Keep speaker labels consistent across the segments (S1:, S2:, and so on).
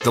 S1: The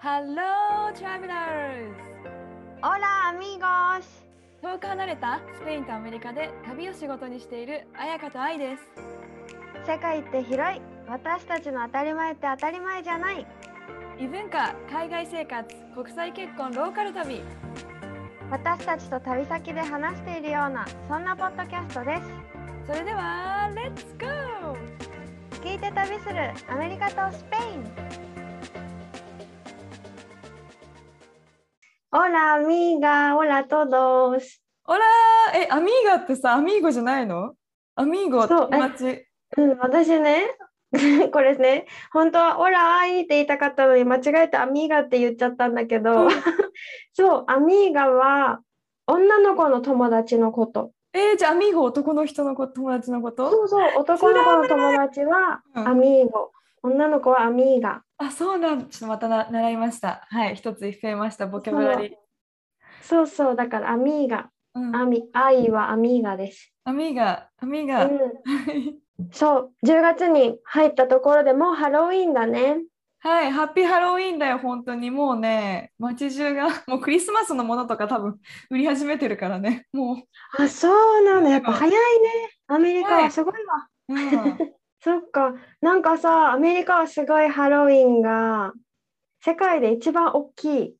S2: Hello, travelers!
S3: オラアミゴス
S2: 遠く離れたスペインとアメリカで旅を仕事にしている彩香と愛です。
S3: 世界って広い私たちの当たり前って当たり前じゃない
S2: 異文化、海外生活、国際結婚、ローカル旅。
S3: 私たちと旅先で話しているようなそんなポッドキャストで
S2: そ
S3: す
S2: れでは、レッツゴー
S3: 聞いて旅するアメリカとスペインオラアミーガオラトドス
S2: オラーえ、アミーガってさ、アミーゴじゃないのアミーゴ、
S3: そう
S2: 友達。
S3: うん私ね これね本当はオラアイって言いたかったのに間違えてアミーガって言っちゃったんだけど そうアミーガは女の子の友達のこと
S2: えー、じゃあアミーゴ男の人の子友達のこと
S3: そうそう、男の子の友達は
S2: うん
S3: アミーゴ、女の子はアミーガ。
S2: あ、そうなんちょっとまたな習いました。はい、一つ増えました、ボキャブラリー。
S3: そうそう、だからアミーガ、
S2: うん、
S3: アミ、愛はアミーガです。
S2: アミーガ、アミー
S3: う
S2: ガ。
S3: ん、そう、10月に入ったところでもうハロウィーンだね。
S2: はい、ハッピーハロウィーンだよ、本当に。もうね、街中が、 もうクリスマスのものとか多分売り始めてるからね、も
S3: あ、そうなんだ、やっぱ早いね。アメリカ
S2: は
S3: はいすごいわ。
S2: う。うん、
S3: そっか、なんかさ、アメリカはすごいハロウィーンが世界で一番大きいっ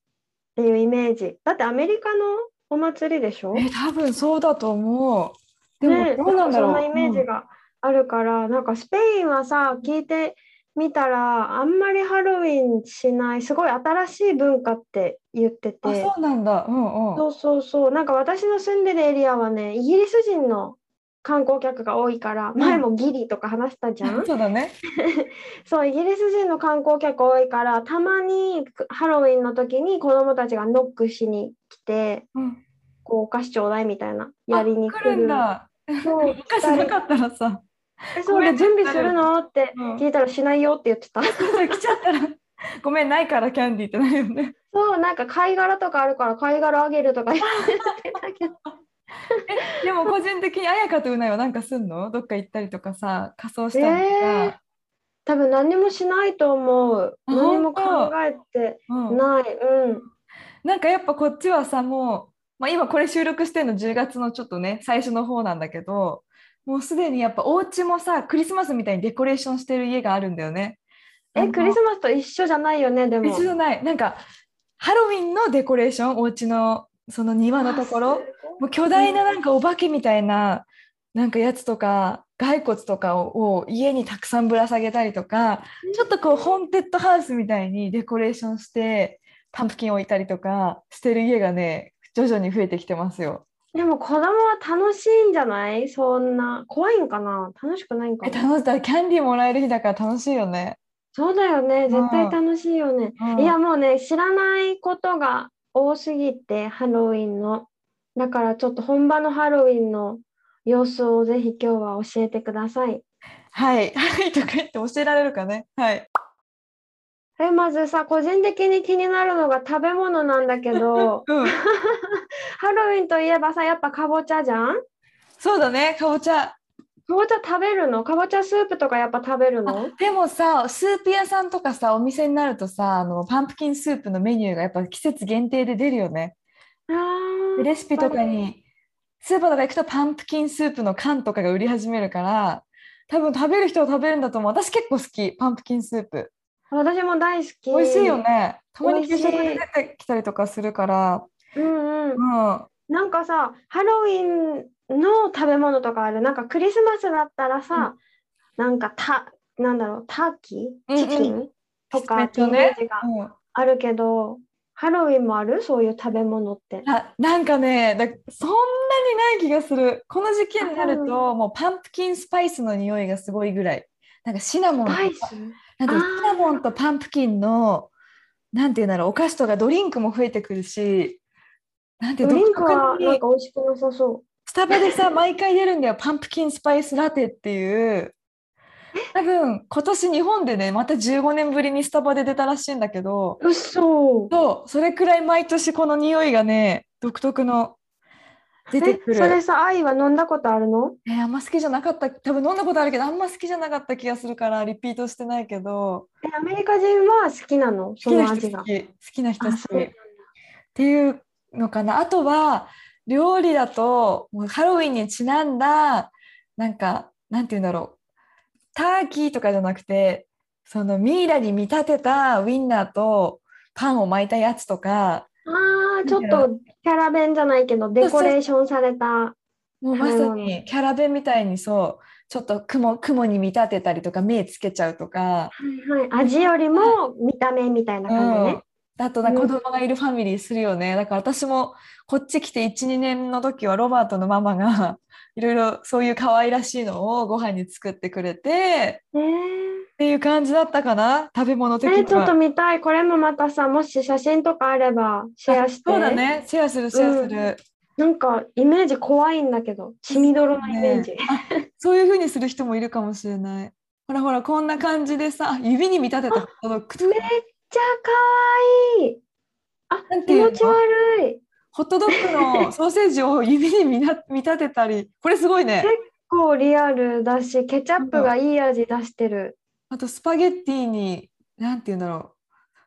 S3: ていうイメージ。だってアメリカのお祭りでしょ
S2: え、多分そうだと思う。でも、
S3: ね、
S2: どうなんだろう。
S3: そのイメージがあるから、なんかスペインはさ聞いてみたらあんまりハロウィンしないすごい新しい文化って言ってて
S2: うんあ、そうなんだ。うんう
S3: そ
S2: ん。
S3: うそうそうなんか私の住んでるエリアはねイギリス人の観光客が多いから前もギリとか話したじゃん、
S2: そうだね。
S3: そうイギリス人の観光客多いからたまにハロウィンの時に子どもたちがノックしに来て
S2: うん、
S3: こうお菓子ちょうだいみたいなやりに
S2: あ来るんだ。
S3: そう
S2: お菓子なかったらさ、
S3: えそうで
S2: ご
S3: 準
S2: めん
S3: 備するのって
S2: うん
S3: 聞いたらしないよって言ってた、
S2: 来ちゃったら、ごめん、ないからキャンディーってなるよね。
S3: そうなんか貝殻とかあるから貝殻あげる とか言ってたけど
S2: でも、個人的に綾香とうないはなんかすんのどっか行ったりとかさ、仮装したりとか。
S3: えー多分何もしないと思う
S2: あ
S3: 何も考
S2: 本当
S3: えて
S2: うん
S3: ないうん
S2: なんかやっぱこっちはさもう、まあ、今これ収録してるの10月のちょっとね最初の方なんだけどもうすでにやっぱお家もさクリスマスみたいにデコレーションしてる家があるんだよね。あ
S3: え
S2: の
S3: クリスマスと一緒じゃないよねでも
S2: 一緒じゃないなんかハロウィンのデコレーションお家のその庭のところもう巨大ななんかお化けみたいななんかやつとか骸骨とかをを家にたくさんぶら下げたりとかちょっとこうホーンテッドハウスみたいにデコレーションしてパンプキン置いたりとかしてる家がね徐々に増えてきてますよ。
S3: でも子供は楽しいんじゃないそんな怖いんかな楽しくないんか
S2: え
S3: な
S2: 楽しいキャンディーもらえる日だから楽しいよね。
S3: そうだよね絶対楽しいよね
S2: うん
S3: いやもうね知らないことが多すぎてハロウィンのだからちょっと本場のハロウィンの様子をぜひ今日は教えてください
S2: はい、はいとか言って教えられるかね。はい、
S3: えまずさ個人的に気になるのが食べ物なんだ けど
S2: うん、
S3: ハロウィンといえばさやっぱかぼちゃじゃん
S2: そうだねかぼちゃ
S3: かぼちゃ食べるのかぼちゃスープとかやっぱ食べるの
S2: でもさスープ屋さんとかさお店になるとさあのパンプキンスープのメニューがやっぱ季節限定で出るよね。
S3: あ
S2: で
S3: ー
S2: レシピとかにスーパーとか行くとパンプキンスープの缶とかが売り始めるから多分食べる人は食べるんだと思う私結構好きパンプキンスープ
S3: 私も大好き
S2: 美味しいよねたまに
S3: 美
S2: 給
S3: 味しい
S2: 食で出てきたりとかするから
S3: うんうん
S2: うん
S3: なんかさ、ハロウィンの食べ物とかある。なんかクリスマスだったらさ、なんかた、なんだろう、ターキ
S2: う
S3: ー
S2: ん
S3: チキ
S2: う
S3: ンと
S2: え
S3: か
S2: っ
S3: ってイ
S2: と
S3: メ
S2: ね
S3: ージが
S2: うん
S3: あるけど、ハロウィンもあるそういう食べ物って。
S2: ななんかねだそんなにない気がするこの時期になるともうパンプキンスパイスの匂いがすごいぐらいなんかシナモンと
S3: パイ
S2: か
S3: ス
S2: なんか
S3: あー
S2: シナモンとパンプキンのなんていうんだろうお菓子とかドリンクも増えてくるしなんて
S3: ドリンクは
S2: 独特
S3: な
S2: に
S3: んか美味しくなさそ
S2: スタバでさ毎回出るんだよパンプキンスパイスラテっていう多分今年日本でねまた15年ぶりにスタバで出たらしいんだけど
S3: う。うそ。
S2: そうそれくらい毎年この匂いがね独特の出てく
S3: えそれ
S2: る
S3: さ、愛は飲んだことあるの
S2: えあんま好きじゃなかった多分飲んだことあるけどあんま好きじゃなかった気がするからリピートしてないけど
S3: え、アメリカ人は好きなの
S2: 好
S3: そ
S2: きな人
S3: の味
S2: 好
S3: が。
S2: き好きな人好
S3: あ
S2: き
S3: そうなんだ
S2: っていうのかなあとは料理だともうハロウィンにちなんだなんかなんて言うんだろうターキーとかじゃなくてそのミイラに見立てたウインナーとパンを巻いたやつとか
S3: ああ、ちょっとキャラ弁じゃないけど、デコレーションされた。
S2: もうまさ
S3: なるほど
S2: にキャラ弁みたいにそうちょっと雲雲に見立てたりとか目つけちゃうとか、
S3: はいはい。味よりも見た目みたいな感じね。
S2: あとなんか
S3: う
S2: 子
S3: ん
S2: 供がいるファミリーするよね、だから私もこっち来て12年の時はロバートのママが いろいろそういう可愛らしいのをご飯に作ってくれて
S3: え
S2: っていう感じだったかな食べ物
S3: え
S2: 的
S3: え、
S2: に
S3: ちょっと
S2: は。
S3: 見たい。これもまたさ、もし写真とかあればシェアして。
S2: そうだねシェアするシェアする、
S3: なんかイメージ怖いんだけど、血みどろのイメージ。
S2: そういう風にする人もいるかもしれないほらほらこんな感じでさ指に見立て たホットドッグと
S3: めっ
S2: か
S3: ちゃ可愛い。あ
S2: なん、て
S3: 気
S2: いうの
S3: 持ち悪い。
S2: ホットドッグのソーセージを指に見な見立てたりこれすごいね
S3: 結構リアルだし、ケチャップがいい味出してる。
S2: あとスパゲッティに何て言うんだろう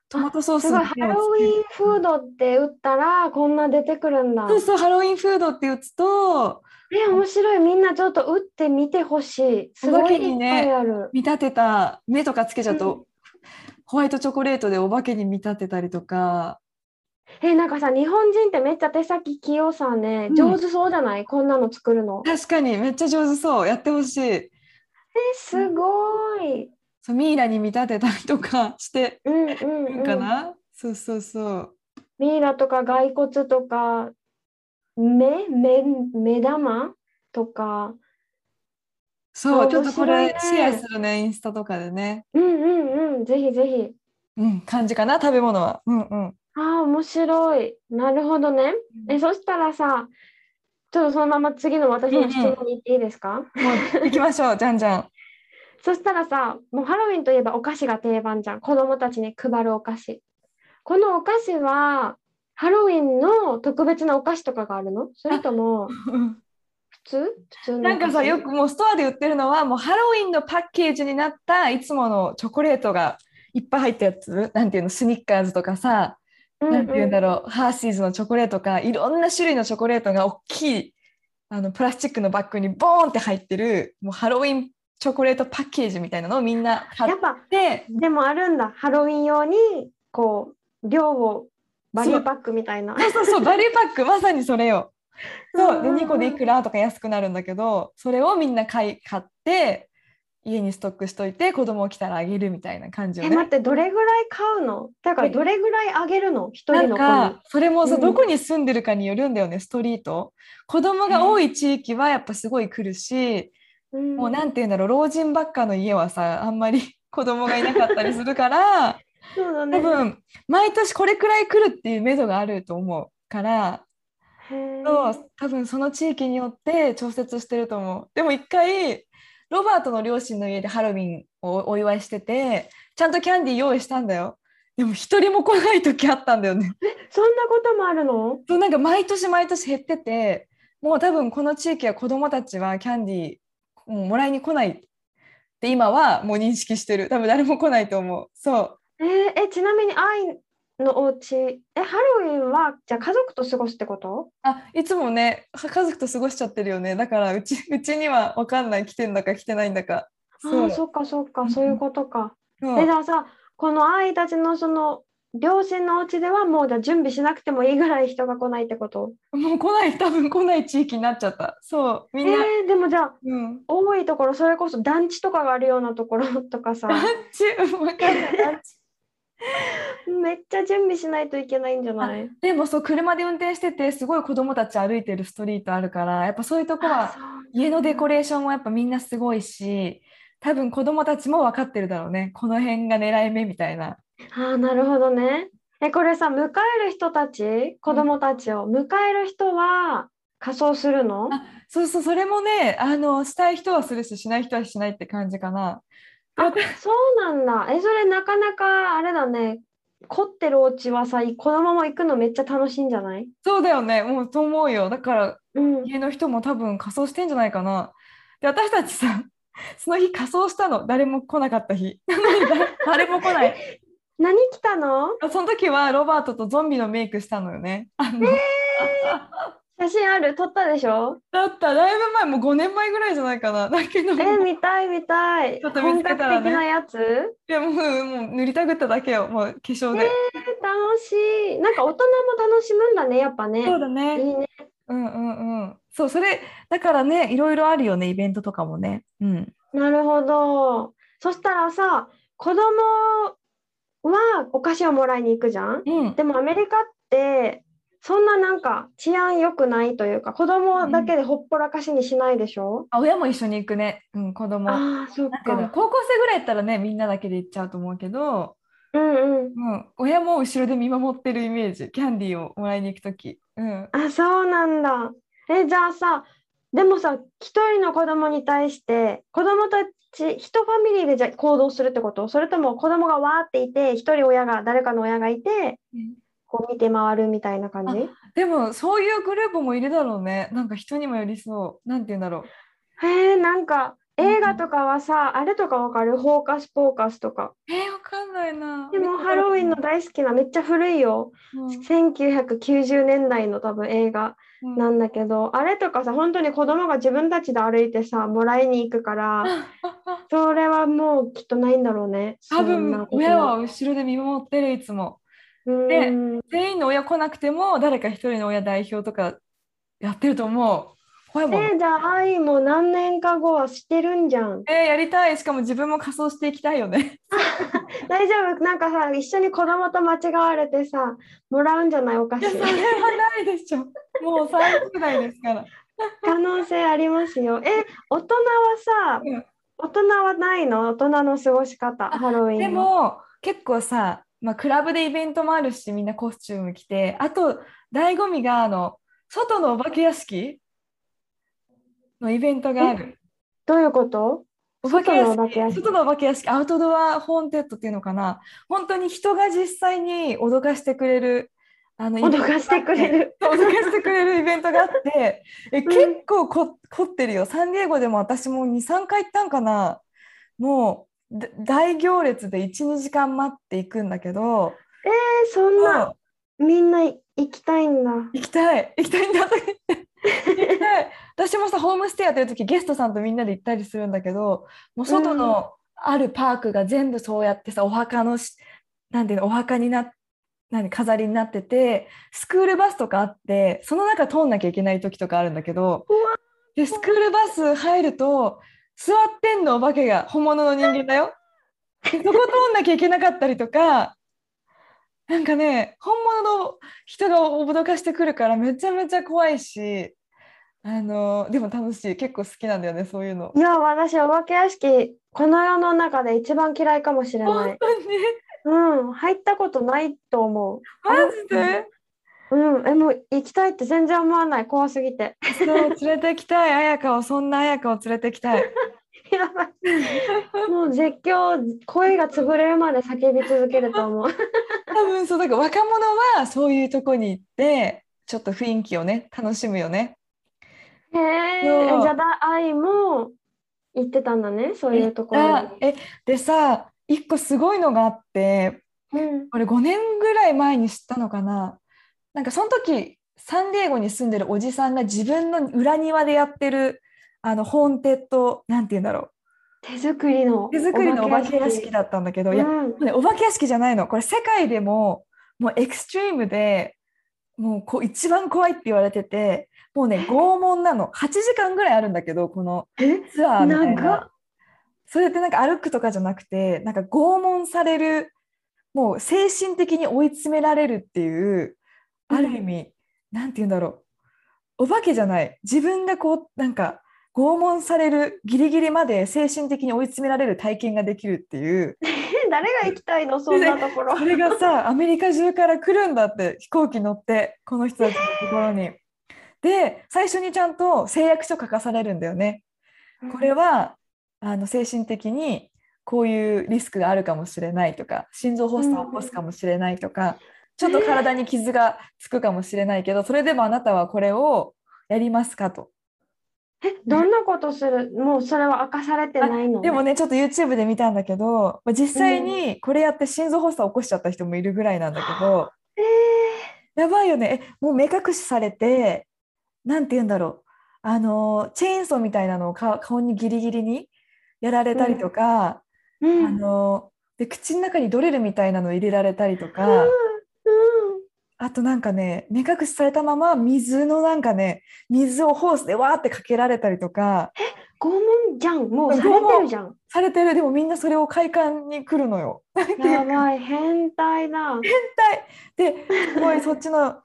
S2: トマトソース
S3: すごい、ハロウィンフードって打ったら、こんな出てくるんだ。
S2: そうそうハロウィンフードって打つと
S3: え、面白い。みんなちょっと打ってみてほしい。す
S2: お
S3: ご
S2: ま
S3: い
S2: け
S3: い
S2: に
S3: っ
S2: ね
S3: ぱいある。
S2: 見立てた目とかつけちゃうと、
S3: う
S2: ホワイトチョコレートでお化けに見立てたりとか
S3: え、なんかさ、日本人ってめっちゃ手先器用さね
S2: う、ん
S3: 上手そうじゃない、こんなの作るの。え、
S2: 確かにめっちゃ上手そうやってほしい
S3: すごい。
S2: そうミイラに見立てたりとかして
S3: うんうん、
S2: る
S3: うん
S2: んかな、そうそうそう
S3: ミイラとか骸骨とか、目、目、目玉とか。
S2: そう
S3: あ
S2: ちょっとこれ
S3: 面白い
S2: シ
S3: ね
S2: ェアするねインスタとかでね
S3: うんうんうん、ぜひぜひ。
S2: うん感じかな食べ物はうんうん
S3: ああ、面白い。なるほどね。え、そしたらさ、ちょっとそのまま次の私の質問に行っていいですか、
S2: もう行きましょうじゃんじゃん
S3: そしたらさ、もうハロウィンといえばお菓子が定番じゃん。子供たちに配るお菓子。このお菓子は、ハロウィンの特別なお菓子とかがあるのそれとも、普通普通のお菓
S2: な
S3: 子
S2: んかさよくもうストアで売ってるのはもうハロウィンのパッケージになったいつものチョコレートがいっぱい入ったやつなんていうのスニッカーズとかさ、
S3: うん
S2: なんていうんだろうハーシーズのチョコレートかいろんな種類のチョコレートが大きいあのプラスチックのバッグにボーンって入ってるもうハロウィンチョコレートパッケージみたいなのをみんな買
S3: や
S2: っ
S3: っぱ、
S2: て
S3: でもあるんだ。ハロウィン用に、こう、量を、バリューパックみたいな。
S2: そうそうそうバリューパックまさにそれよ。そうで
S3: うんうんうん
S2: 2個でいくらとか安くなるんだけどそれをみんな買い買って家にストックしといて子供来たらあげるみたいな感じよ
S3: え、待
S2: ね
S3: っ。て、どれぐらい買うのだから、どれぐらいあげるの一
S2: な
S3: 人
S2: ん
S3: の子に
S2: か。それもさ
S3: うん
S2: どこに住んでるかによるんだよねストリート。子供が多い地域はやっぱすごい来るし
S3: うん
S2: もうなんて言うんだろう老人ばっかの家はさあんまり 子供がいなかったりするから
S3: そうだね
S2: 多。分毎年これくらい来るっていう目処があると思うから
S3: へー
S2: そう多分その地域によって調節してると思うでも一回ロバートの両親の家でハロウィンをお祝いしててちゃんとキャンディー用意したんだよでも一人も来ない時あったんだよね
S3: そんなこともあるの
S2: そうなんか毎年毎年減っててもう多分この地域は子どもたちはキャンディーもうもらいに来ないって今はもう認識してる多分誰も来ないと思うそう
S3: えーえ、ちなみに愛のお家え、ハロウィンはじゃあ家族と過ごすってこと
S2: あいつもねは家族と過ごしちゃってるよねだからうちうちには分かんない来てんだか来てないんだか
S3: ああ、そっかそっ
S2: うんう
S3: か、
S2: ん
S3: そういうことか。
S2: そう
S3: え、じゃあさ、この愛たちのその両親のお家ではもうじゃあ準備しなくてもいいぐらい人が来ないってこと
S2: もう来ない、多分来ない地域になっちゃった。そう、み
S3: え
S2: んな。
S3: ー、でもじゃあ
S2: うん。
S3: 多いところ、それこそ団地とかがあるようなところと かさ、
S2: ち、わかんない。
S3: めっちゃ準備しないといけないんじゃない
S2: でもそう、車で運転してて、すごい子供たち歩いてるストリートあるから、やっぱそういうとこ
S3: あ
S2: は、
S3: そう
S2: 家のデコレーションもやっぱみんなすごいし、多分子供たちも分かってるだろうね。この辺が狙い目みたいな。
S3: あーなるほどね。え、これさ、迎える人たち、子供たちを、迎える人は仮装するの
S2: あそうそう、それもね、あの、したい人はするし、しない人はしないって感じかな。
S3: あ、そうなんだ。え、それなかなかあれだね。凝ってるお家はさ、このまま行くのめっちゃ楽しいんじゃない
S2: そうだよね、もうと思うよ。だから、
S3: うん。
S2: 家の人も多分仮装してんじゃないかな。で、私たちさ、 その日仮装したの、誰も来なかった日。 なのにだ誰も来ない。
S3: 何来たの
S2: その時はロバートとゾンビのメイクしたのよね。あの
S3: 写真ある撮ったでし ょ
S2: だった、だいぶ前、もう5年前ぐらいじゃないかな。だけど、
S3: え、見たい見たい。
S2: ちょっと見つけたらね
S3: 本格的なやつ
S2: いやもうもう塗りたくっただけよ、もう化粧
S3: ね
S2: で。
S3: え楽しい。なんか大人も楽しむんだね、やっぱね。
S2: そうだね。
S3: いいね。
S2: うんうんうん。そう、それ、だからね、いろいろあるよね、イベントとかもね。うん。
S3: なるほど。そしたらさ、子供はお菓子をもらいに行くじゃん
S2: うん。
S3: でもアメリカってそんななんか治安良くないというか子供だけでほっぽらかしにしないでしょ、
S2: あ、親も一緒に行くね。うん、子供。なん
S3: ああそっ
S2: ていうの
S3: か。
S2: 高校生ぐらいやったらね、みんなだけで行っちゃうと思うけど、
S3: うんうん。
S2: うん、親も後ろで見守ってるイメージ。キャンディーをもらいに行くとき。うん。
S3: あそうなんだ。えじゃあさでもさ一人の子供に対して子供たち一ファミリーでじゃ行動するってことそれとも子供がわーっていて一人親が誰かの親がいてこう見て回るみたいな感じ
S2: でも、そういうグループもいるだろうね。なんか人にもよりそう。なんて言うんだろう。
S3: へえなんか映画とかはさ、あれとかわかるフォーカスフォーカスとか
S2: えー、わかんないな。
S3: でもハロウィンの大好きなめっちゃ古いよ
S2: う
S3: 1990年代の多分映画
S2: ん、
S3: なんだけど、あれとかさ本当に子供が自分たちで歩いてさもらいに行くからそれはもうきっとないんだろうね
S2: 多
S3: そんな
S2: 分
S3: こと
S2: 親は後ろで見守ってるいつも
S3: うん
S2: で全員の親来なくても誰か一人の親代表とかやってると思う怖いもん
S3: でじゃあ愛も何年か後はしてるんじゃん
S2: えーやりたいしかも自分も仮装していきたいよね
S3: 大丈夫なんかさ一緒に子供と間違われてさもらうんじゃないお菓
S2: い
S3: 子
S2: やそれはないでしょもう30代ですから
S3: 可能性ありますよえ大人はさ、
S2: うん
S3: 大人はないの大人の過ごし方ハロウィンの
S2: でも結構さ、まあ、クラブでイベントもあるしみんなコスチューム着てあと醍醐味があの外のお化け屋敷のイベントがある
S3: どういうこと
S2: お化け屋
S3: 外のお化け屋
S2: 敷
S3: 敷
S2: 外のお化け屋敷アウトドアホーンテッドっていうのかな本当に人が実際に脅かしてくれるあの
S3: 脅かしてくれる
S2: そう脅かしてくれるイベントがあって え
S3: ん
S2: 結構こ凝ってるよサンディエゴでも私も23回行ったんかなもうだ大行列で12時間待っていくんだけど
S3: えそんな
S2: も
S3: みんな行きたいんだ。
S2: う行きたい行きたいんだとか言って 行きたい私もさホームステイやってる時ゲストさんとみんなで行ったりするんだけどもう外のあるパークが全部そうやってさお墓のしなんていうのお墓にな何飾りになっててスクールバスとかあってその中通んなきゃいけない時とかあるんだけど
S3: うわ
S2: でスクールバス入ると座ってんのお化けが本物の人間だよ。でそこ通んなきゃいけなかったりとかなんかね本物の人が脅かしてくるからめちゃめちゃ怖いしあのでも楽しい結構好きなんだよねそういうの。
S3: いや、私、お化け屋敷、この世の中で一番嫌いかもしれな
S2: 本
S3: い。
S2: 当に
S3: うん、入ったことないと思
S2: マジで
S3: う。うん、え、もう行きたいって全然思わない、怖すぎて。
S2: そう連れてきたい綾香をそんな綾香を連れてきたい。
S3: やばい。もう絶叫、声が潰れるまで叫び続けると思う。
S2: 多分そうだから若者はそういうとこに行ってちょっと雰囲気をね楽しむよね。
S3: へえ、
S2: そう
S3: えじゃだ愛も行ってたんだね、そういうところ
S2: あ
S3: に。
S2: えでさ一個すごいのがあって
S3: うん、
S2: これ5年ぐらい前に知ったのかななんかその時サンディエゴに住んでるおじさんが自分の裏庭でやってるあのホーンテッドなんて言うんだろ
S3: 手作りの
S2: う手作りのお化け屋敷だったんだけどいや
S3: うん、
S2: ねお化け屋敷じゃないのこれ世界でももうエクストリームでもうこう一番怖いって言われててもうね拷問なの8時間ぐらいあるんだけどこの
S3: え
S2: ツアーみたい
S3: 長っ
S2: なそれってなんか歩くとかじゃなくてなんか拷問されるもう精神的に追い詰められるっていうある意味、なんて言うんだろうお化けじゃない自分がこうなんか拷問されるギリギリまで精神的に追い詰められる体験ができるって いう
S3: 誰が行きた いのそんなところ
S2: それがさアメリカ中から来るんだって飛行機乗ってこの人たちのところに。で最初にちゃんと誓約書書かされるんだよね。これはあの精神的にこういうリスクがあるかもしれないとか心臓発作を起こすかもしれないとか、ちょっと体に傷がつくかもしれないけどそれでもあなたはこれをやりますかと。
S3: えどんなことするもうそれは明かされてないの
S2: でもねちょっと YouTube で見たんだけどまあ実際にこれやって心臓発作起こしちゃった人もいるぐらいなんだけど、
S3: え
S2: やばいよねえもう目隠しされてなんて言うんだろうあのチェーンソーみたいなのをか顔にギリギリにやられたりとか、
S3: ーうん
S2: あので口の中にドリルみたいなの入れられたりとか。あとなんかね目隠しされたまま水のなんかね水をホースでわーってかけられたりとか
S3: 拷問じゃんもうされてるじゃん
S2: されてるでもみんなそれを快感に来るのよ。
S3: やばい変態だ
S2: ですごいそっちの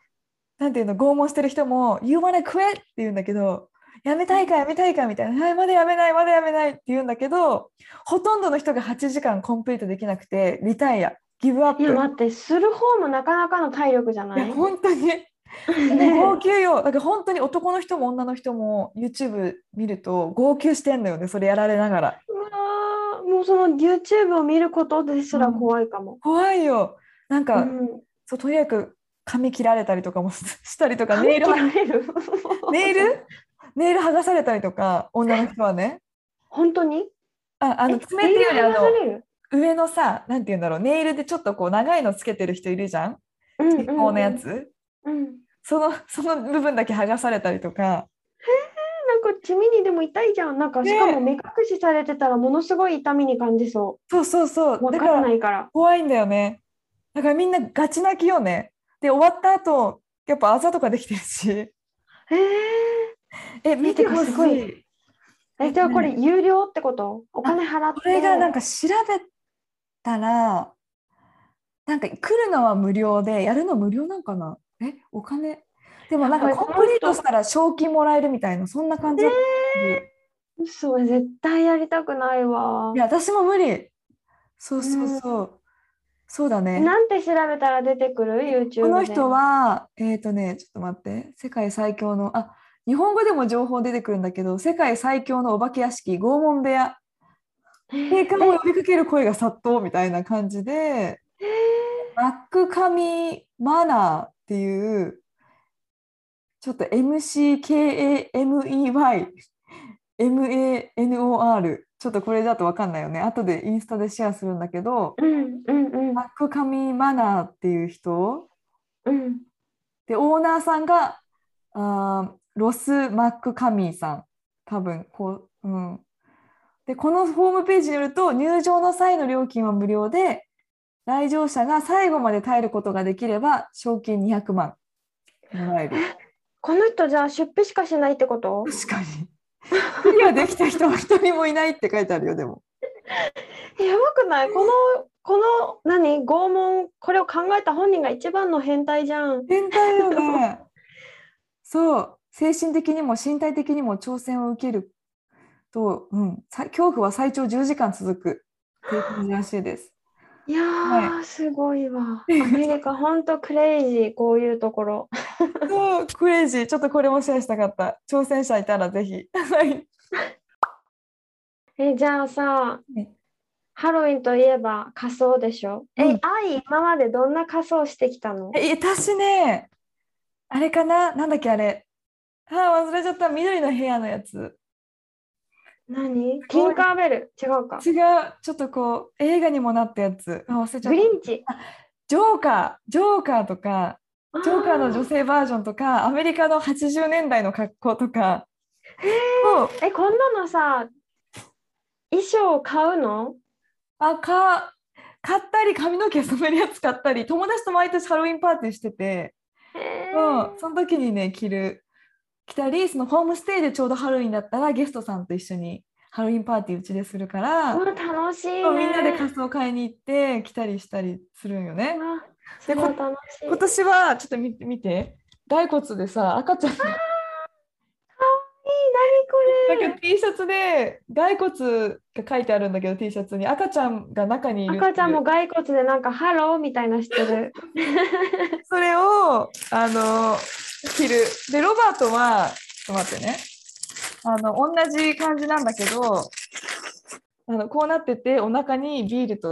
S2: なんていうの拷問してる人も「You wanna quit」って言うんだけど「やめたいかやめたいか」みたいな「はいまだやめないまだやめない」って言うんだけどほとんどの人が8時間コンプリートできなくてリタイアギブアップ。
S3: いや待ってする方もなかなかの体力じゃないい
S2: や本当に
S3: ね
S2: 号泣よ。だから本当に男の人も女の人も YouTube 見ると号泣してんのよね、それやられながら。
S3: うわーもうその YouTube を見ることですら怖いかも。
S2: 怖いよ。なん
S3: う
S2: か、
S3: ん、
S2: そうとにかく髪切られたりとかも したりとか、ネイ
S3: 髪
S2: ル
S3: 切 られる
S2: ネイルネイル剥がされたりとか、女の人はね。
S3: 本当に
S2: ああの
S3: え
S2: 爪っていうよりあ
S3: ネイル剥がさ
S2: の
S3: れる
S2: 上のさ、なんていうんだろう、ネイルでちょっとこう長いのつけてる人いるじゃん、
S3: うんうん
S2: 鉄砲のやつ。
S3: うん、なんか
S2: そのその部分だけ剥がされたりとか、
S3: 地味にでも痛いじゃん。なんか
S2: ね
S3: しかも目隠しされてたらものすごい痛みに感じそ。
S2: そうそうそうう、
S3: わ
S2: だ
S3: か
S2: からら
S3: ないから。
S2: 怖いんだよね。だからみんなガチ泣きよね。で、終わった後、やっぱあざとかできてるし。
S3: えー、
S2: え、見てほし
S3: 見てほし
S2: い
S3: い。えじゃあこれ有料ってことお金払って。
S2: これがなん
S3: か
S2: か調べたら、なんか来るのは無料で、やるの無料なんかなえ、お金でもなんか
S3: やばい
S2: コンプリートしたら賞金もらえるみたいな、そんな感じだった
S3: そう絶対やりたくないわ
S2: い。や、私も無理。そうそうそう。そうだね。
S3: なんて調べたら出てくる YouTube で。
S2: この人は、えっ、とね、ちょっと待って、世界最強の、あ日本語でも情報出てくるんだけど、世界最強のお化け屋敷、拷問部屋、警官を呼びかける声が殺到みたいな感じで、
S3: えー
S2: マック・カミ・マナーっていう、ちょっと MCKAMEY、MANOR、ちょっとこれだと分かんないよね、後でインスタでシェアするんだけど、
S3: うんうんうん
S2: マック・カミ・マナーっていう人
S3: うん。
S2: でオーナーさんがあーロス・マック・カミーさん多分こう、うん、でこのホームページによると入場の際の料金は無料で来場者が最後まで耐えることができれば賞金200万もらえる
S3: この人じゃあ出費しかしないってこと
S2: 確かにクリアできた人は一人もいないって書いてあるよでも
S3: えやばくないこのこの何拷問これを考えた本人が一番の変態じゃん
S2: 変態よねそう精神的にも身体的にも挑戦を受けると、うん、さ恐怖は最長10時間続くっていう感じらしいです。
S3: いやー、すごいわアメリカほんとクレイジーこういうところ
S2: そうクレイジーちょっとこれもシェアしたかった挑戦者いたらぜひはい
S3: えじゃあさ
S2: ね
S3: ハロウィンといえば仮装でしょえ、
S2: うん
S3: 愛今までどんな仮装してきたの
S2: え私ねあれかななんだっけあれあー忘れちゃった緑の部屋のやつ
S3: 何テ
S2: ごい
S3: ィンカーベル違うか
S2: 違うちょっとこう映画にもなったやつあ忘れちゃ
S3: グ
S2: っ
S3: リ
S2: た
S3: ンチ
S2: ジョーカージョーカーとかジョーカーの女
S3: 性
S2: 性バージョンとか、アメリカの80年代の格好とか。そう
S3: えこんなのさ衣装を買うの
S2: あか買ったり髪の毛染めるやつ買ったり友達と毎年ハロウィンパーティーしてて、
S3: え
S2: そうその時にね着る着たりそのホームステイでちょうどハロウィンだったらゲストさんと一緒にハロウィンパーティーうちでするから、
S3: うわ楽しい、ね、
S2: そうみんなで仮装買いに行って着たりしたりするんよね。
S3: わ
S2: です
S3: ごい
S2: こ
S3: 楽しい。
S2: 今年はちょっと見て見て骸骨でさ赤ちゃんが
S3: いいなこ
S2: なんか T シャツで骸骨が書いてあるんだけど T シャツに赤ちゃんが中にいるって
S3: れ
S2: いう
S3: 赤ちゃんも骸骨でなんかハローみたいなしてる。
S2: それをあの着るでロバートはちょっと待ってねあの同じ感じなんだけどあのこうなっててお腹にビール と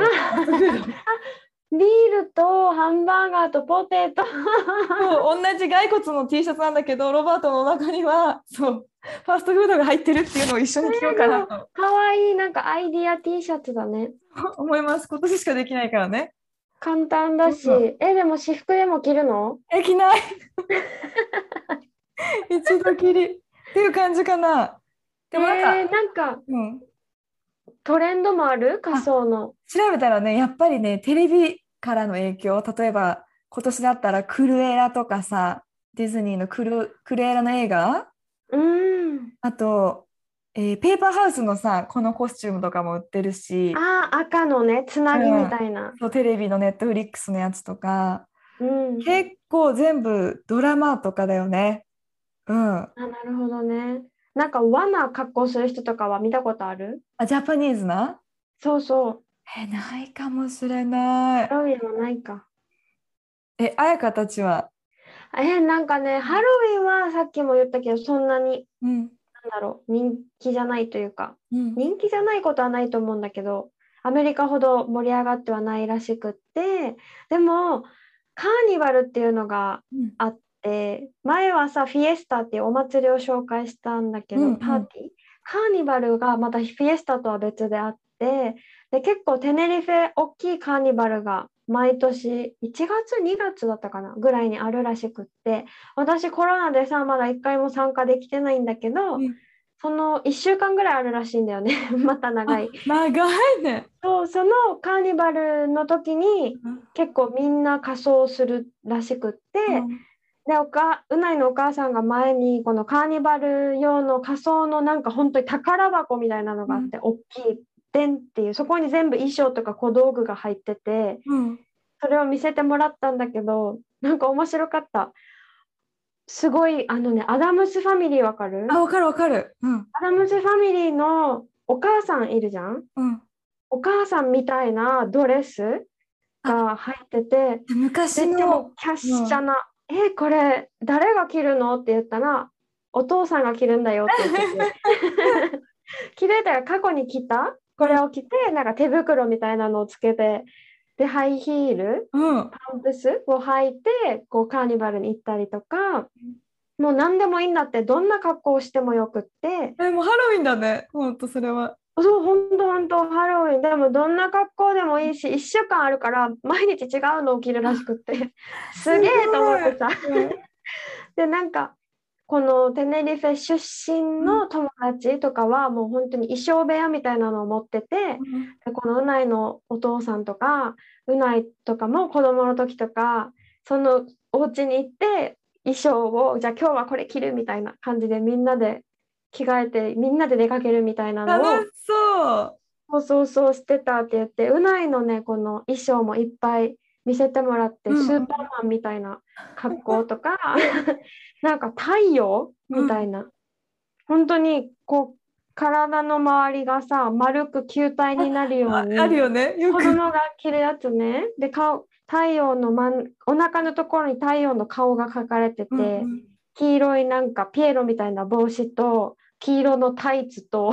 S3: ビールとハンバーガーとポテト。
S2: そう同じ骸骨の T シャツなんだけどロバートのお腹にはそうファストフードが入ってるっていうのを一緒に着ようかなと
S3: かわいい、なんかアイディア T シャツだね。
S2: 思います今年しかできないからね
S3: 簡単だし
S2: そうそ。
S3: え、でも私服でも着るの
S2: え着 ない一度きりっていう感じかなでもなんか、
S3: えーなんか
S2: うん、
S3: トレンドもある仮装の。
S2: 調べたらねやっぱりねテレビからの影響例えば今年だったらクルエラとかさディズニーのクルクルエラの映画
S3: うん。
S2: あと、えーペーパーハウスのさこのコスチュームとかも売ってるし
S3: ああ、赤のね、つなぎみたいな。
S2: そうテレビのネットフリックスのやつとか
S3: うん。
S2: 結構全部ドラマとかだよねうん
S3: あ、なるほどね。なんか和な格好する人とかは見たことある
S2: あジャパニーズな
S3: そうそう。
S2: えないかもしれない
S3: ハロウィンはないか。
S2: え彩香たちは
S3: えーなんかね、ハロウィンはさっきも言ったけど、そんなに、
S2: うん
S3: なんだろう、人気じゃないというか、
S2: うん
S3: 人気じゃないことはないと思うんだけど、アメリカほど盛り上がってはないらしくって、でも、カーニバルっていうのが
S2: うん
S3: あって、前はさ、フィエスタっていうお祭りを紹介したんだけど、
S2: うんうん
S3: パーティー。カーニバルがまたフィエスタとは別であって、で結構テネリフェ大きいカーニバルが毎年1月2月だったかなぐらいにあるらしくって私コロナでさまだ1回も参加できてないんだけど、
S2: うん
S3: その1週間ぐらいあるらしいんだよね また長い
S2: あ長いね
S3: そうそのカーニバルの時に結構みんな仮装するらしくって、
S2: うん
S3: でおかうないのお母さんが前にこのカーニバル用の仮装のなんか本当に宝箱みたいなのがあって、大きいでんっていうそこに全部衣装とか小道具が入ってて
S2: うん
S3: それを見せてもらったんだけどなんか面白かったすごいあのねアダムスファミリーわかる
S2: あ、わかるわかる。うん。
S3: アダムスファミリーのお母さんいるじゃん
S2: うん。
S3: お母さんみたいなドレスが入ってて
S2: 昔
S3: でで
S2: の
S3: も。キャッシャな、えこれ誰が着るのって言ったらお父さんが着るんだよって言ってて 着れたら過去に着たこれを着てなんか手袋みたいなのをつけてでハイヒール
S2: うん。
S3: パンプスを履いてこうカーニバルに行ったりとかもう何でもいいんだってどんな格好をしてもよくって
S2: え、もうハロウィンだね。ほんとそれは。
S3: そうほんとほんとハロウィンでもどんな格好でもいいし1週間あるから毎日違うのを着るらしくって すげえと思ってさ。でなんかこのテネリフェ出身の友達とかはもう本当に衣装部屋みたいなのを持っててでこのうないのお父さんとかうないとかも子供の時とかそのお家に行って衣装をじゃあ今日はこれ着るみたいな感じでみんなで着替えてみんなで出かけるみたいなのを
S2: 楽しそう。
S3: そうそうそうしてたって言ってうないのねこの衣装もいっぱい見せてもらって、
S2: うん
S3: スーパーマンみたいな格好とか なんか太陽みたいな、本当にこう体の周りがさ丸く球体になるよ
S2: あ
S3: うに
S2: あるよね。よ
S3: 子
S2: く。
S3: 供が着るやつねで顔太陽の真んお腹のところに太陽の顔が描かれてて、
S2: うんうん
S3: 黄色いなんかピエロみたいな帽子と黄色のタイツ と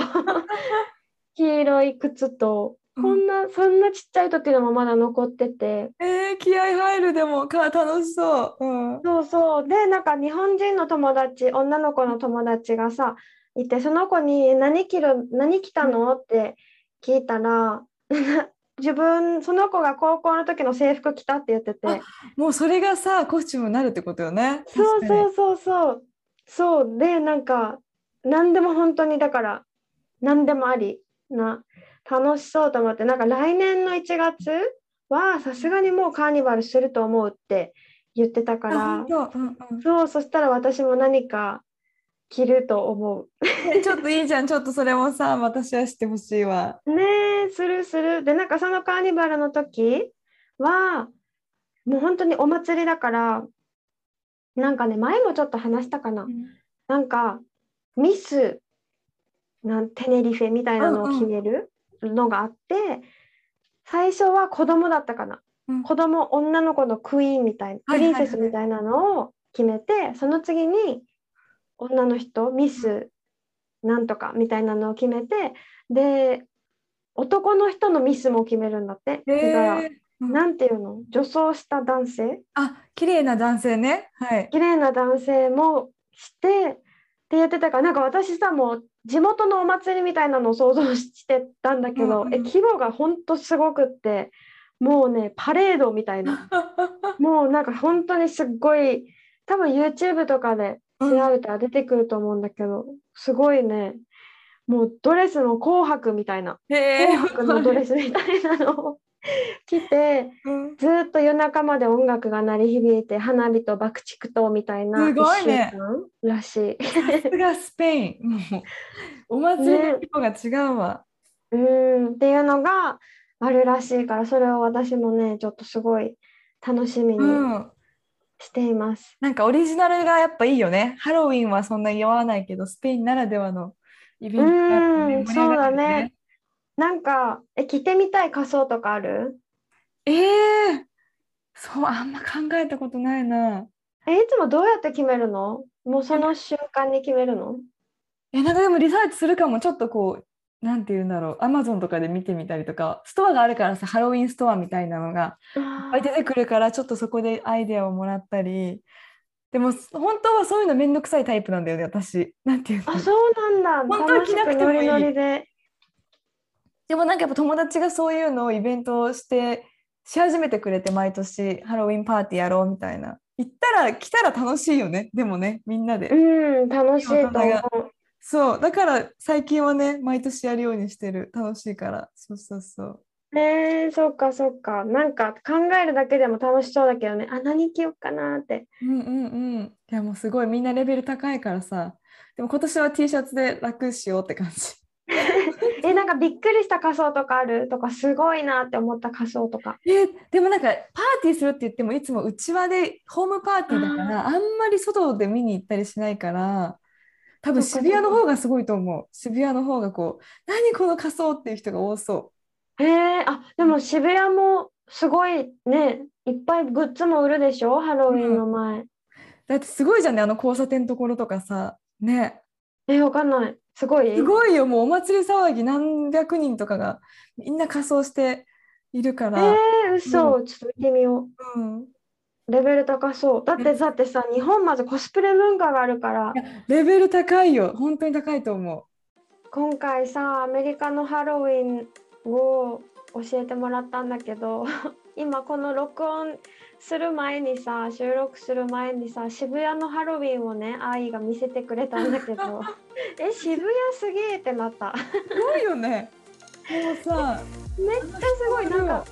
S3: 黄色い靴と
S2: うん
S3: こんなそんなちっちゃい時のもまだ残ってて
S2: えー、気合入るでも、か、楽しそう。うん。
S3: そうそうでなんか日本人の友達女の子の友達がさいてその子にえ「何着る何着たの?」って聞いたら 自分その子が高校の時の制服着たって言ってて
S2: あもうそれがさ、コスチュームになるってことよね。
S3: そう
S2: 確か
S3: そ
S2: に
S3: うそうそうそうでなんか何でも本当にだから何でもありな楽しそうと思ってなんか来年の1月はさすがにもうカーニバルすると思うって言ってたか
S2: あ
S3: ら
S2: 本当うんうん
S3: そうそしたら私も何か着ると思
S2: えちょっといいじゃんちょっとそれもさ私は知ってほしいわ
S3: うねえするするでなんかそのカーニバルの時はもう本当にお祭りだからなんかね前もちょっと話したかななんかミスなんテネリフェみたいなのを決めるのがあって、最初は子供だったかな、
S2: うん
S3: 子供女の子のクイーンみたいな
S2: は
S3: プ
S2: いは
S3: リ
S2: い
S3: ンセスみたいなのを決めて、その次に女の人ミスなんとかみたいなのを決めてで男の人のミスも決めるんだって。
S2: へ
S3: だから
S2: え。うん
S3: なんていうの女装した男性
S2: あ、綺麗な男性ね。はい。
S3: 綺麗な男性もしてってやってたからなんか私さもう地元のお祭りみたいなのを想像してたんだけど、
S2: うんうん
S3: え規模がほんとすごくってもうねパレードみた いなもうなんか本当にすっごい多分 YouTube とかで調べたら出てくると思うんだけど、すごいねもうドレスの紅白みたいな
S2: へえ。
S3: 紅白のドレスみたいなのを 着て。
S2: うん
S3: ずーっと夜中まで音楽が鳴り響いて花火と爆竹とみたいな
S2: すごいね
S3: 一週間らしい。
S2: さすがスペイン。もうお祭りの規模が違うわ。
S3: うーんっていうのがあるらしいからそれを私もねちょっとすごい楽しみ
S2: う
S3: に
S2: ん。
S3: しています。
S2: なんかオリジナルがやっぱいいよね。ハロウィンはそんな酔わないけど、スペインならではのイベントがあって
S3: う
S2: 盛り上がっ
S3: ん
S2: てる
S3: そうだね。なんかえ着てみたい仮装とかある
S2: ええそう、あんま考えたことないな。
S3: えいつもどうやって決めるのもうその瞬間に決めるの
S2: え、なんかでもリサーチするかも、ちょっとこう、なんて言うんだろう、アマゾンとかで見てみたりとか、ストアがあるからさ、ハロウィンストアみたいなのがいっぱい出てくるから、ちょっとそこでアイデアをもらったり。でも、本当はそういうのめんどくさいタイプなんだよね、私。なんていうの
S3: あそうなんだ
S2: 本当は
S3: 楽し
S2: 着なくてもいい
S3: ノリノリで。
S2: でもなんかやっぱ友達がそういうのをイベントをしてし始めてくれて毎年ハロウィンパーティーやろうみたいな行ったら来たら楽しいよねでもねみんなで、
S3: うん楽しいと思う。
S2: そうだから最近はね毎年やるようにしてる楽しいからそうそうそう
S3: ねえ、そっかそっか。なんか考えるだけでも楽しそうだけどね。あ、何着ようかなって。
S2: うんうんうんいやもうすごいみんなレベル高いからさでも今年は T シャツで楽しようって感じ
S3: え、なんかびっくりした仮装とかあるとか、すごいなって思った仮装とか。
S2: えーでもなんかパーティーするって言ってもいつもうちわでホームパーティーだからあんまり外で見に行ったりしないから多分
S3: そっか
S2: 渋谷の方がすごいと思う渋谷の方がこう何この仮装っていう人が多そ
S3: へえ、あ、でも渋谷もすごいね。いっぱいグッズも売るでしょハロウィンの前。
S2: うだってすごいじゃんねあの交差点のところとかさね
S3: え、わかんない。すごい
S2: すごいよもうお祭り騒ぎ何百人とかがみんな仮装しているか
S3: え
S2: ら、
S3: ー、嘘。ちょっと見てみよ
S2: うん、
S3: う。レベル高そう。だって、だってさ、日本まずコスプレ文化があるから。
S2: レベル高いよ本当に高いと思う
S3: 今回さアメリカのハロウィンを教えてもらったんだけど 今この録音する前にさ収録する前にさ渋谷のハロウィンをね愛が見せてくれたんだけ どえ渋谷すげえってなった
S2: すごいよねもうさ
S3: めっちゃすごいなんか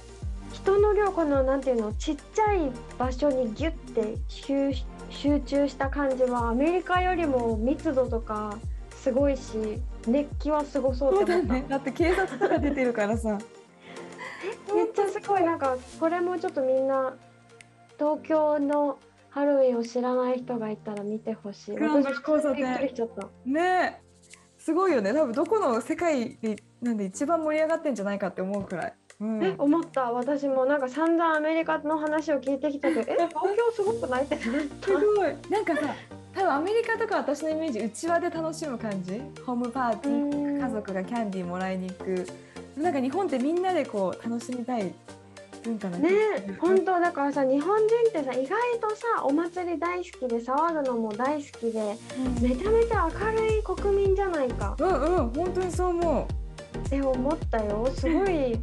S3: 人の量このなんていうのちっちゃい場所にギュッて集集中した感じはアメリカよりも密度とかすごいし熱気はすごそう
S2: そう
S3: って
S2: だ
S3: 思った
S2: ね。だって警察とか出てるからさ。
S3: めっちゃすごいなんかこれもちょっとみんな東京のハロウィンを知らない人がいたら見てほしい。
S2: グランド
S3: 私
S2: 交差点
S3: びっくりしちゃった。
S2: ねえ。すごいよね。多分どこの世界でなんで一番盛り上がってんじゃないかって思うくらい。うん。
S3: え思った私もなんか散々アメリカの話を聞いてき たけどえ東京すごくないってなっ
S2: すごい。なんかさ、多分アメリカとか私のイメージ、うちわで楽しむ感じ。ホームパーテ
S3: た。
S2: ィー、家族がキャンディーもらいに行く。なんか日本ってみんなでこう楽しみたい文化な気が
S3: ね
S2: する
S3: 本当だからさ日本人ってさ意外とさお祭り大好きで騒ぐのも大好きで
S2: うん
S3: めちゃめちゃ明るい国民じゃないか。
S2: うんうん、本当にそう思
S3: って思ったよす ごい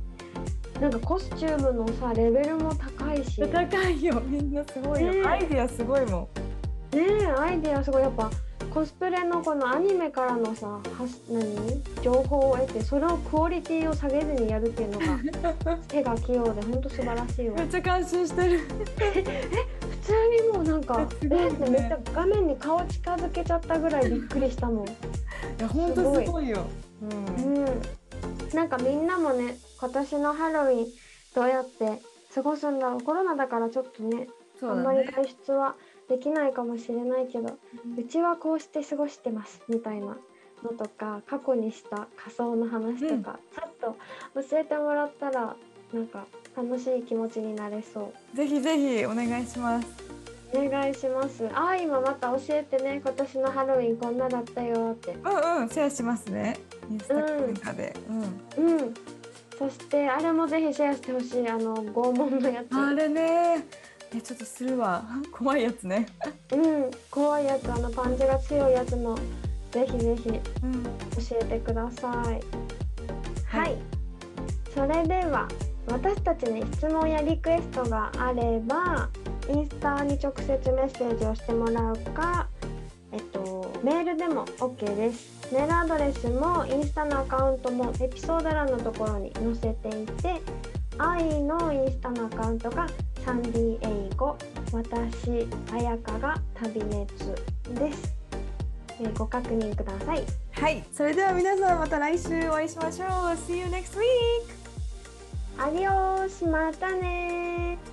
S3: なんかコスチュームのさレベルも高いし
S2: う。高いよ、 みんなすごいよ。
S3: ねえ
S2: アイディアすごいもん。
S3: ねえアイデアすごいやっぱコスプレのこのアニメからのさは何情報を得てそれをクオリティを下げずにやるっていうの が手が器用でほんと素晴らしいわ
S2: めっちゃ感心して る。
S3: 普通にもうなんか、
S2: す
S3: え
S2: ごいね
S3: ーってめっちゃ画面に顔近づけちゃったぐらいびっくりしたもん、
S2: いや、本当すごいよ。うん
S3: うん、なんかみんなもね今年のハロウィンどうやって過ごすんだろうコロナだからちょっとね
S2: そ
S3: あんまり外出はできないかもしれないけど、うちはこうして過ごしてますみたいなのとか過去にした仮装の話とか、ちょっと教えてもらったらなんか楽しい気持ちになれそ
S2: ぜひぜひお願いします。
S3: うお願いしますあー今また教えてね今年のハロウィンこんなだったよって
S2: うんうん、シェアしますね。インスタかなんかで。うん。
S3: うんそしてあれもぜひシェアしてほしいあの拷問のやつ
S2: あれね。え、ちょっとするわ。 怖いやつね。
S3: うん怖いやつあのパンチが強いやつもぜひぜひ
S2: うん。
S3: 教えてください。
S2: は
S3: はいい、それでは私たちに質問やリクエストがあればインスタに直接メッセージをしてもらうか、えっと、メールでも OK ですメールアドレスもインスタのアカウントもエピソード欄のところに載せていて愛のインスタのアカウントがサンディエイゴ私彩香が旅熱です、えーご確認ください
S2: はい。それでは皆さんまた来週お会いしましょう。See you next week!
S3: アディオースまたねー